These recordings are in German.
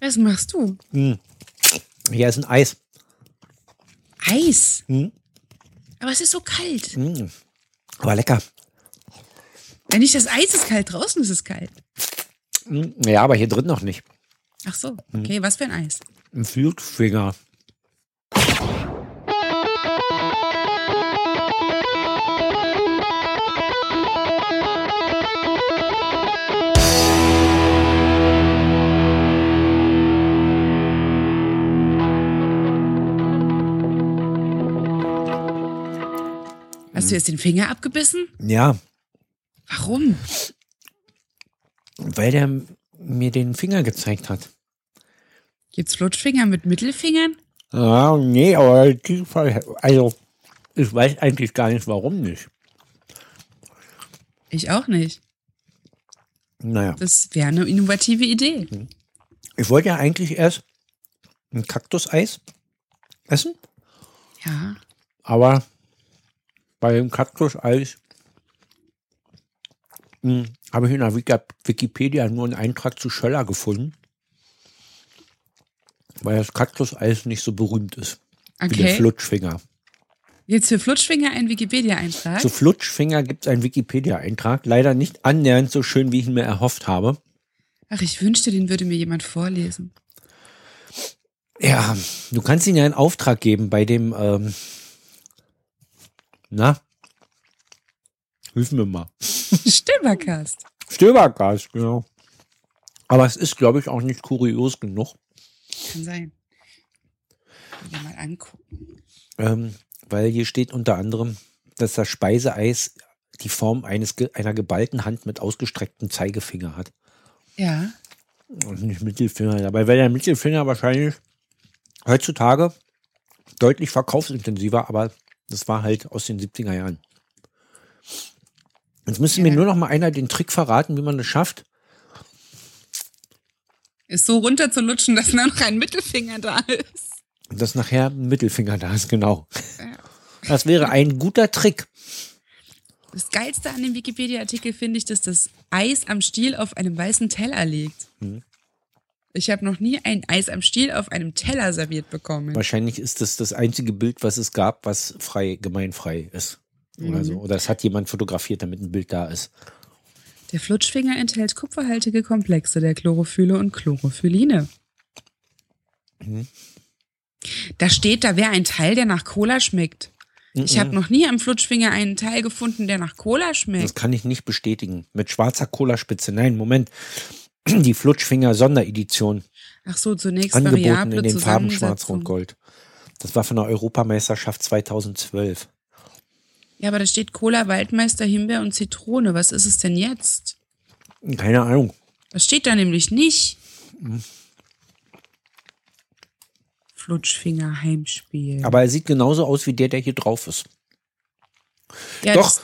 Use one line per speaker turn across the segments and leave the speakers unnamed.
Was machst du?
Hm. Hier ist ein Eis.
Eis.
Hm.
Aber es ist so kalt.
Hm. Aber lecker.
Ja, nicht das Eis ist kalt, draußen ist es kalt.
Hm. Ja, aber hier drin noch nicht.
Ach so,
Hm.
okay, was für ein Eis?
Ein Flugfinger. Hm.
Hast du jetzt den Finger abgebissen?
Ja,
Warum?
weil der mir den Finger gezeigt hat.
Gibt's Flutschfinger mit Mittelfingern?
Ja, nee, aber in diesem Fall, also ich weiß eigentlich gar nicht, warum nicht.
Ich auch nicht.
Naja,
Das wäre eine innovative Idee.
Hm. ich wollte ja eigentlich erst ein Kaktuseis essen,
Ja.
aber bei dem Kaktuseis hm, habe ich in der Wika- Wikipedia nur einen Eintrag zu Schöller gefunden, weil das Kaktuseis nicht so berühmt ist wie der
Okay.
Flutschfinger.
Jetzt für Flutschfinger ein Wikipedia-Eintrag.
Zu Flutschfinger gibt es einen Wikipedia-Eintrag, leider nicht annähernd so schön, wie ich ihn mir erhofft habe.
Ach, ich wünschte, den würde mir jemand vorlesen.
Ja, du kannst ihnen ja einen Auftrag geben bei dem, ähm, na? Hilf mir mal.
Stimmercast.
Stöbergas, genau. Aber es ist, glaube ich, auch nicht kurios genug,
Kann sein. Will ich mal angucken.
ähm, weil hier steht unter anderem, dass das Speiseeis die Form eines, ge- einer geballten Hand mit ausgestrecktem Zeigefinger hat.
Ja.
Und nicht Mittelfinger. Dabei wäre der Mittelfinger wahrscheinlich heutzutage deutlich verkaufsintensiver, aber das war halt aus den 70er Jahren. Jetzt müsste mir
Ja.
nur noch mal einer den Trick verraten, wie man das schafft.
Ist so runter zu lutschen, dass nur noch ein Mittelfinger da ist.
Und dass nachher ein Mittelfinger da ist, genau.
Ja.
Das wäre ein guter Trick.
Das Geilste an dem Wikipedia-Artikel finde ich, dass das Eis am Stiel auf einem weißen Teller liegt.
Hm.
Ich habe noch nie ein Eis am Stiel auf einem Teller serviert bekommen.
Wahrscheinlich ist das das einzige Bild, was es gab, was frei, gemeinfrei ist. Oder
Mhm.
so. Oder es hat jemand fotografiert, damit ein Bild da ist.
Der Flutschfinger enthält kupferhaltige Komplexe der Chlorophylle und Chlorophylline.
Hm.
Da steht, da wäre ein Teil, der nach Cola schmeckt.
Mhm.
Ich habe noch nie am Flutschfinger einen Teil gefunden, der nach Cola
Das
schmeckt.
kann ich nicht bestätigen. Mit schwarzer Cola-Spitze. Nein, Moment. Die Flutschfinger Sonderedition.
Ach so, zunächst
angeboten
variable
in den Farben Schwarz,
Zusammensetzung.
Rot, Gold. Das war von der Europameisterschaft 2012.
Ja, aber da steht Cola, Waldmeister, Himbeer und Zitrone. Was ist es denn jetzt?
Keine Ahnung.
Das steht da nämlich nicht. Flutschfinger Heimspiel.
Aber er sieht genauso aus wie der, der hier drauf ist.
ja,
Doch,
Das,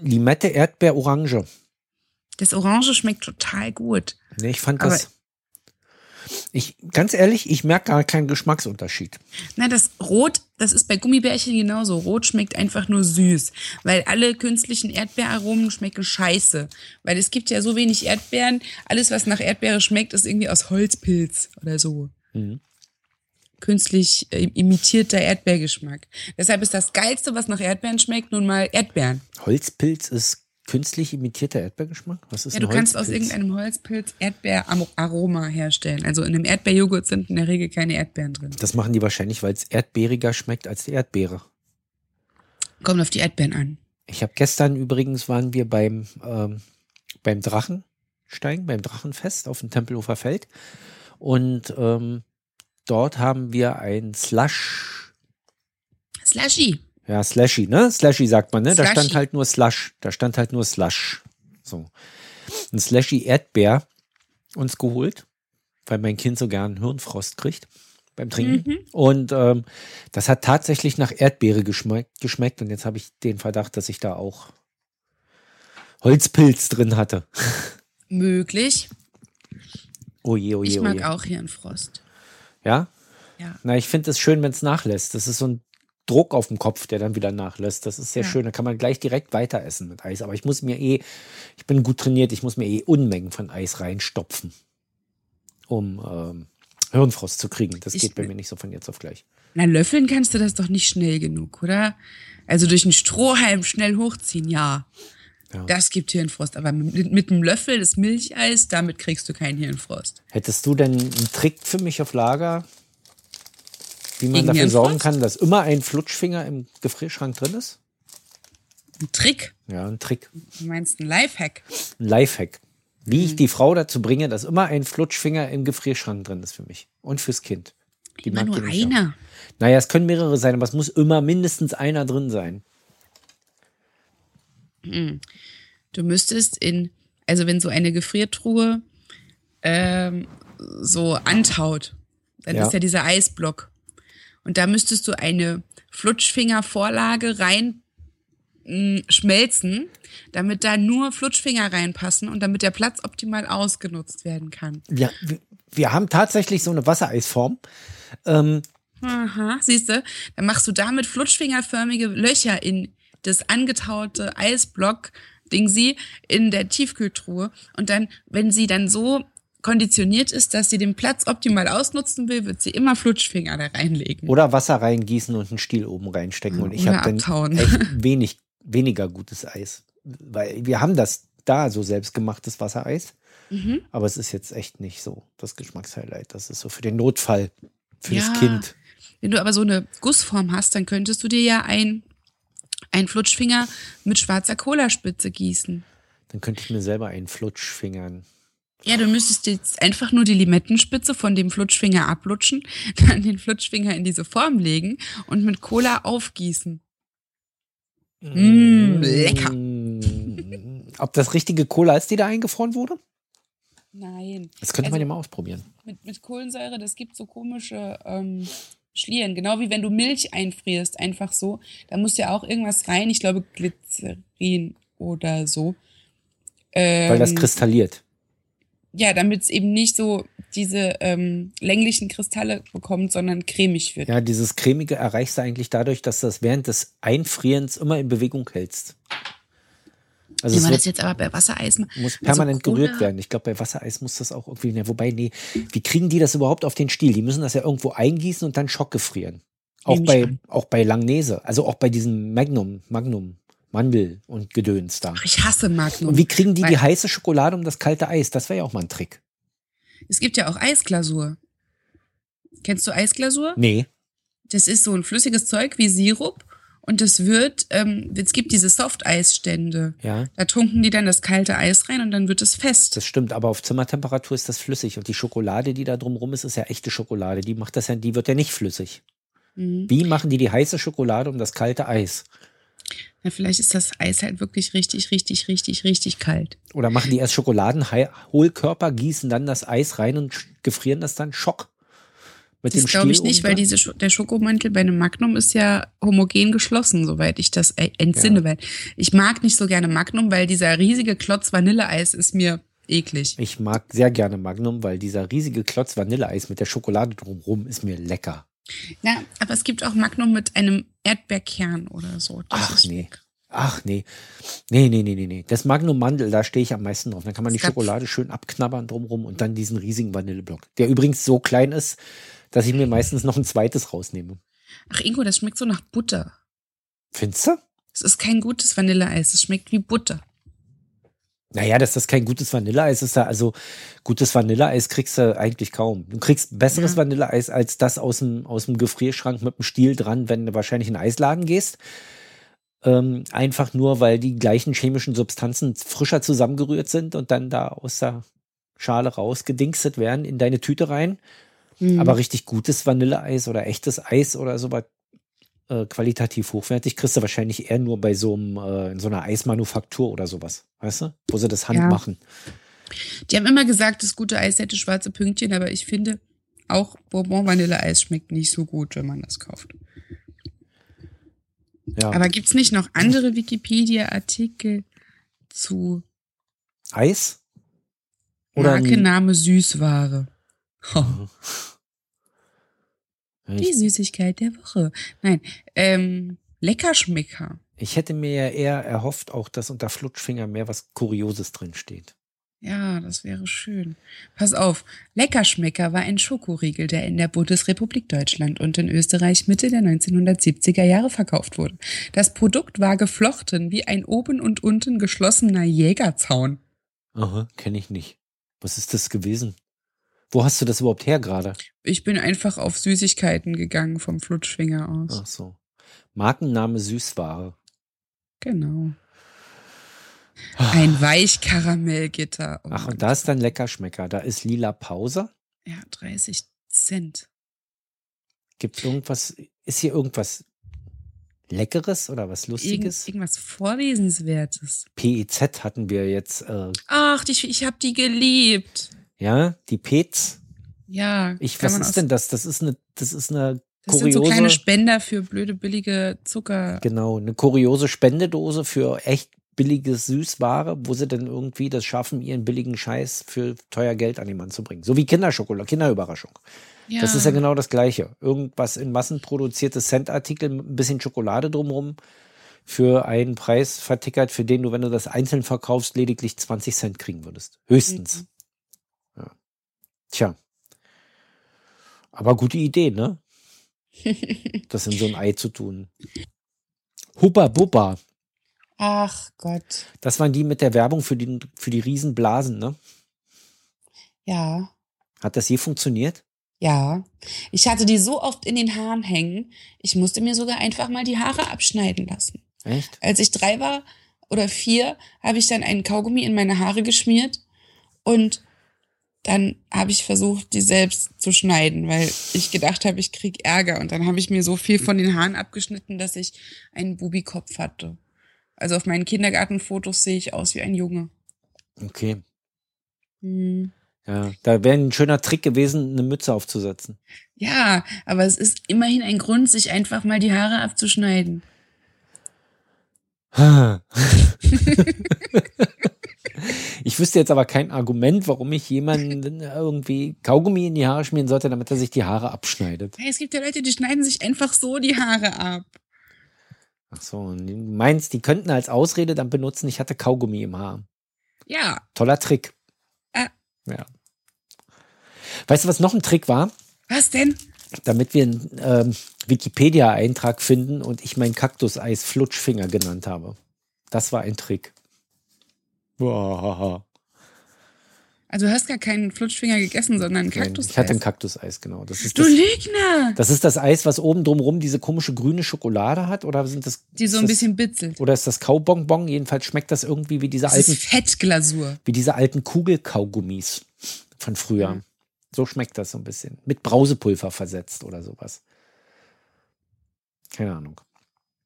Limette, Erdbeer, Orange.
das Orange schmeckt total gut.
Ne, ich fand
Aber-
das. Ich, ganz ehrlich, ich merke gar keinen Geschmacksunterschied.
Na, das Rot, das ist bei Gummibärchen genauso. Rot schmeckt einfach nur süß, weil alle künstlichen Erdbeeraromen schmecken scheiße. Weil es gibt ja so wenig Erdbeeren. Alles, was nach Erdbeere schmeckt, ist irgendwie aus Holzpilz oder so. Künstlich äh, imitierter Erdbeergeschmack. Deshalb ist das Geilste, was nach Erdbeeren schmeckt, nun mal Erdbeeren.
Holzpilz ist künstlich imitierter Erdbeergeschmack? Was ist
Ja,
ein
du kannst aus
Holzpilz?
irgendeinem Holzpilz Erdbeeraroma herstellen. Also in einem Erdbeerjoghurt sind in der Regel keine Erdbeeren drin.
Das machen die wahrscheinlich, weil es erdbeeriger schmeckt als die Erdbeere.
Kommt auf die Erdbeeren an.
Ich habe gestern übrigens waren wir beim, ähm, beim Drachensteigen, beim Drachenfest auf dem Tempelhofer Feld. Und ähm, dort haben wir ein Slush.
Slushy.
Ja, Slushy, ne? Slushy sagt man, ne? Da stand
Slushy.
halt nur Slush. Da stand halt nur Slush. So. Ein Slushy Erdbeer uns geholt, weil mein Kind so gern Hirnfrost kriegt beim Trinken.
Mhm.
Und ähm, das hat tatsächlich nach Erdbeere geschmeck geschmeckt. Und jetzt habe ich den Verdacht, dass ich da auch Holzpilz drin hatte.
Möglich.
Oh je, oh je,
Ich
oh
mag
je.
auch hier einen Frost.
Ja?
Ja.
Na, ich finde es schön, wenn es nachlässt. Das ist so ein Druck auf dem Kopf, der dann wieder nachlässt. Das ist sehr
Ja.
schön. Da kann man gleich direkt weiter essen mit Eis. Aber ich muss mir eh, ich bin gut trainiert, ich muss mir eh Unmengen von Eis reinstopfen, um ähm, Hirnfrost zu kriegen. Das
Ich-
geht bei mir nicht so von jetzt auf gleich.
Na, löffeln kannst du das doch nicht schnell genug, oder? Also durch einen Strohhalm schnell hochziehen, ja.
Ja.
Das gibt Hirnfrost. Aber mit, mit einem Löffel des Milcheis, damit kriegst du keinen Hirnfrost.
Hättest du denn einen Trick für mich auf Lager, wie man
Gegen
dafür
Hirnfrost?
sorgen kann, dass immer ein Flutschfinger im Gefrierschrank drin ist?
Ein Trick.
Ja, ein Trick,
Du meinst ein Lifehack.
ein Lifehack. Wie
Mhm.
ich die Frau dazu bringe, dass immer ein Flutschfinger im Gefrierschrank drin ist für mich und fürs Kind. Die
Immer
mag
nur
die nicht haben.
einer.
Naja, es können mehrere sein, aber es muss immer mindestens einer drin sein.
Du müsstest in, also wenn so eine Gefriertruhe ähm, so antaut, dann
Ja.
ist ja dieser Eisblock. Und da müsstest du eine Flutschfingervorlage rein mh, schmelzen, damit da nur Flutschfinger reinpassen und damit der Platz optimal ausgenutzt werden kann.
Ja, wir, wir haben tatsächlich so eine Wassereisform. Ähm,
Aha, siehst du? Dann machst du damit flutschfingerförmige Löcher in das angetaute Eisblock, Ding sie, in der Tiefkühltruhe. Und dann, wenn sie dann so konditioniert ist, dass sie den Platz optimal ausnutzen will, wird sie immer Flutschfinger da reinlegen.
oder Wasser reingießen und einen Stiel oben reinstecken. Und ich
Oder
habe dann
abtauen.
echt wenig, weniger gutes Eis. Weil wir haben das da, so selbstgemachtes Wassereis.
Mhm.
Aber es ist jetzt echt nicht so das Geschmackshighlight. Das ist so für den Notfall, fürs
Ja.
Kind.
Wenn du aber so eine Gussform hast, dann könntest du dir ja ein, ein Flutschfinger mit schwarzer Cola-Spitze gießen.
Dann könnte ich mir selber einen Flutschfingern.
Ja, du müsstest jetzt einfach nur die Limettenspitze von dem Flutschfinger ablutschen, dann den Flutschfinger in diese Form legen und mit Cola aufgießen. Mm, lecker.
Mm. Ob das richtige Cola ist, die da eingefroren wurde?
Nein.
Das könnte man
Also-
ja mal ausprobieren.
Mit, mit Kohlensäure, das gibt so komische ähm, Schlieren. Genau wie wenn du Milch einfrierst, einfach so. Da muss ja auch irgendwas rein. Ich glaube, Glycerin oder so.
Weil das
Ähm,
kristalliert.
ja, damit es eben nicht so diese ähm, länglichen Kristalle bekommt, sondern cremig wird.
Ja, dieses cremige erreichst du eigentlich dadurch, dass du das während des Einfrierens immer in Bewegung hältst. Also
Wenn
es
man das
wird,
jetzt aber bei Wassereis macht.
muss
also
permanent
Cola-
gerührt werden. Ich glaube, bei Wassereis muss das auch irgendwie. Ne, wobei, nee, wie kriegen die das überhaupt auf den Stiel? Die müssen das ja irgendwo eingießen und dann schockgefrieren. Auch
Nehme ich
bei,
an.
auch bei Langnese, also auch bei diesem Magnum, Magnum, Mandel und Gedöns da.
Ich hasse Magnum.
Und wie kriegen die
Weil-
die heiße Schokolade um das kalte Eis? Das wäre ja auch mal ein Trick.
Es gibt ja auch Eisglasur. Kennst du Eisglasur?
Nee.
Das ist so ein flüssiges Zeug wie Sirup und das wird, ähm, es gibt diese Softeisstände.
Ja,
Da tunken die dann das kalte Eis rein und dann wird es fest.
das stimmt, aber auf Zimmertemperatur ist das flüssig und die Schokolade, die da drumrum ist, ist ja echte Schokolade. Die macht das ja, die wird ja nicht flüssig.
Mhm.
Wie machen die die heiße Schokolade um das kalte Eis?
Na, vielleicht ist das Eis halt wirklich richtig, richtig, richtig, richtig kalt.
Oder machen die erst Schokoladenhohlkörper, gießen dann das Eis rein und sch- gefrieren das dann Schock? Mit
Das
dem
glaube ich
Stiel
nicht,
oben
weil
dran?
diese, Scho- der Schokomantel bei einem Magnum ist ja homogen geschlossen, soweit ich das äh, entsinne. Weil ich mag nicht so gerne Magnum, weil dieser riesige Klotz Vanilleeis ist mir eklig.
Ich mag sehr gerne Magnum, weil dieser riesige Klotz Vanilleeis mit der Schokolade drumrum ist mir lecker.
Ja, aber es gibt auch Magnum mit einem Erdbeerkern oder so. Das
Ach
ist-
nee. Ach nee. Nee, nee, nee, nee, nee. Das Magnum Mandel, da stehe ich am meisten drauf. Dann kann man die
Es gab-
Schokolade schön abknabbern drumrum und dann diesen riesigen Vanilleblock, der übrigens so klein ist, dass ich mir meistens noch ein zweites rausnehme.
Ach Ingo, das schmeckt so nach Butter.
Findest du?
Es ist kein gutes Vanilleeis, es schmeckt wie Butter.
Naja, dass das kein gutes Vanilleeis ist, da also gutes Vanilleeis kriegst du eigentlich kaum. Du kriegst besseres
Ja.
Vanilleeis als das aus dem, aus dem Gefrierschrank mit dem Stiel dran, wenn du wahrscheinlich in den Eisladen gehst. Ähm, einfach nur, weil die gleichen chemischen Substanzen frischer zusammengerührt sind und dann da aus der Schale rausgedingstet werden, in deine Tüte rein.
Mhm.
Aber richtig gutes Vanilleeis oder echtes Eis oder sowas äh, qualitativ hochwertig kriegst du wahrscheinlich eher nur bei so einem, äh, in so einer Eismanufaktur oder sowas. Weißt du? Wo sie das Hand
Ja.
machen.
Die haben immer gesagt, das gute Eis hätte schwarze Pünktchen, aber ich finde, auch Bourbon-Vanilleeis schmeckt nicht so gut, wenn man das kauft.
Ja.
Aber gibt's nicht noch andere Wikipedia-Artikel zu
Eis? Oder
Marke,
ein-
Name, Süßware? Die
ich,
Süßigkeit der Woche. Nein, ähm, Leckerschmecker.
ich hätte mir ja eher erhofft, auch dass unter Flutschfinger mehr was Kurioses drin steht.
Ja, das wäre schön. Pass auf, Leckerschmecker war ein Schokoriegel, der in der Bundesrepublik Deutschland und in Österreich Mitte der 1970er Jahre verkauft wurde. Das Produkt war geflochten wie ein oben und unten geschlossener Jägerzaun.
Aha, kenne ich nicht. Was ist das gewesen? Wo hast du das überhaupt her gerade?
Ich bin einfach auf Süßigkeiten gegangen vom Flutschfinger aus.
Ach so. Markenname Süßware.
Genau. Ein Weichkaramellgitter. Oh
Ach,
Mann.
und da ist dann Leckerschmecker. Da ist Lila Pauser.
Ja, 30 Cent.
Gibt irgendwas, ist hier irgendwas Leckeres oder was
Irgend,
Lustiges?
irgendwas Vorlesenswertes.
PEZ hatten wir jetzt, äh,
Ach, die, ich habe die geliebt.
ja, die PEZ.
Ja.
Ich,
kann
was
man
ist
aus-
denn das? Das ist eine, das ist eine
Das sind so
kuriose-
kleine Spender für blöde, billige Zucker.
Genau, eine kuriose Spendedose für echt billiges Süßware, wo sie dann irgendwie das schaffen, ihren billigen Scheiß für teuer Geld an den Mann zu bringen. So wie Kinderschokolade, Kinderüberraschung.
Ja.
Das ist ja genau das Gleiche. Irgendwas in Massen produziertes Centartikel mit ein bisschen Schokolade drumrum für einen Preis vertickert, für den du, wenn du das einzeln verkaufst, lediglich 20 Cent kriegen würdest. Höchstens. Ja. Tja. Aber gute Idee, ne? das in so ein Ei zu tun. Hubba Bubba.
Ach Gott.
Das waren die mit der Werbung für die, für die Riesenblasen, ne?
Ja.
Hat das je funktioniert?
Ja. Ich hatte die so oft in den Haaren hängen, ich musste mir sogar einfach mal die Haare abschneiden lassen.
Echt?
Als ich drei war oder vier, habe ich dann einen Kaugummi in meine Haare geschmiert und dann habe ich versucht, die selbst zu schneiden, weil ich gedacht habe, ich krieg Ärger. Und dann habe ich mir so viel von den Haaren abgeschnitten, dass ich einen Bubikopf hatte. Also auf meinen Kindergartenfotos sehe ich aus wie ein Junge.
Okay.
Hm.
Ja, da wäre ein schöner Trick gewesen, eine Mütze aufzusetzen.
Ja, aber es ist immerhin ein Grund, sich einfach mal die Haare abzuschneiden.
ich wüsste jetzt aber kein Argument, warum ich jemanden irgendwie Kaugummi in die Haare schmieren sollte, damit er sich die Haare abschneidet.
Hey, es gibt ja Leute, die schneiden sich einfach so die Haare ab.
Ach so, und du meinst, die könnten als Ausrede dann benutzen, ich hatte Kaugummi im Haar.
Ja,
Toller Trick.
Ah.
Ja. Weißt du, was noch ein Trick war?
was denn?
Damit wir einen ähm, Wikipedia-Eintrag finden und ich mein Kaktuseis Flutschfinger genannt habe. Das war ein Trick. Wahaha.
Also du hast gar keinen Flutschfinger gegessen, sondern einen
Nein,
Kaktus.
Ich hatte ein Kaktuseis, genau. Das ist
du
das,
Lügner!
das ist das Eis, was oben drumrum diese komische grüne Schokolade hat? Oder sind das.
Die so
ist
ein
das,
bisschen bitzelt.
Oder ist das Kaubonbon? Jedenfalls schmeckt das irgendwie wie diese
Das ist
alten,
Fettglasur.
wie diese alten Kugelkaugummis von früher.
Mhm.
So schmeckt das so ein bisschen. Mit Brausepulver versetzt oder sowas. Keine Ahnung.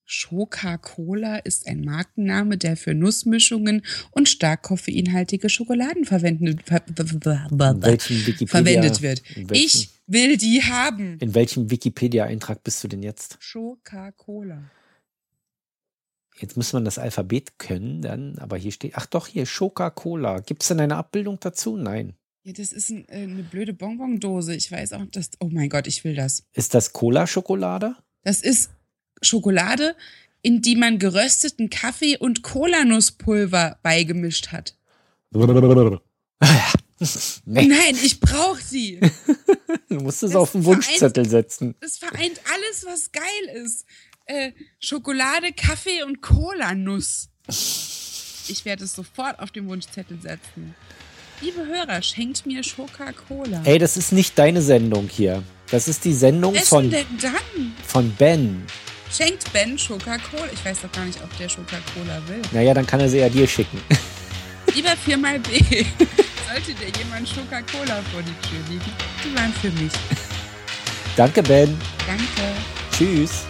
Schoka-Cola ist ein Markenname, der für Nussmischungen und stark koffeinhaltige Schokoladen verwendet, ver
In welchem Wikipedia,
verwendet wird.
In welchem,
Ich will die haben.
In welchem Wikipedia-Eintrag bist du denn jetzt?
Schoka-Cola.
Jetzt muss man das Alphabet können, dann, aber hier steht, ach doch, hier, Schoka-Cola. Gibt es denn eine Abbildung dazu? Nein.
Ja, das ist ein, äh, eine blöde Bonbondose. Ich weiß auch, dass. Oh mein Gott, ich will das.
Ist das Cola-Schokolade?
Das ist Schokolade, in die man gerösteten Kaffee und Kolanusspulver beigemischt hat.
nee,
Nein, ich brauche sie.
du musst es
das
auf den
vereint-
Wunschzettel setzen.
Das vereint alles, was geil ist. Äh, Schokolade, Kaffee und Kolanuss. Ich werde es sofort auf den Wunschzettel setzen. Liebe Hörer, schenkt mir Schoka-Cola.
Ey, das ist nicht deine Sendung hier. Das ist die Sendung
Essen
von,
denn dann?
von Ben.
Schenkt Ben Schoka-Cola. Ich weiß doch gar nicht, ob der Schoka-Cola will.
Naja, dann kann er sie ja dir schicken.
Lieber 4 mal B. Sollte dir jemand Coca-Cola vor die Tür liegen, die waren für mich.
Danke, Ben.
Danke.
Tschüss.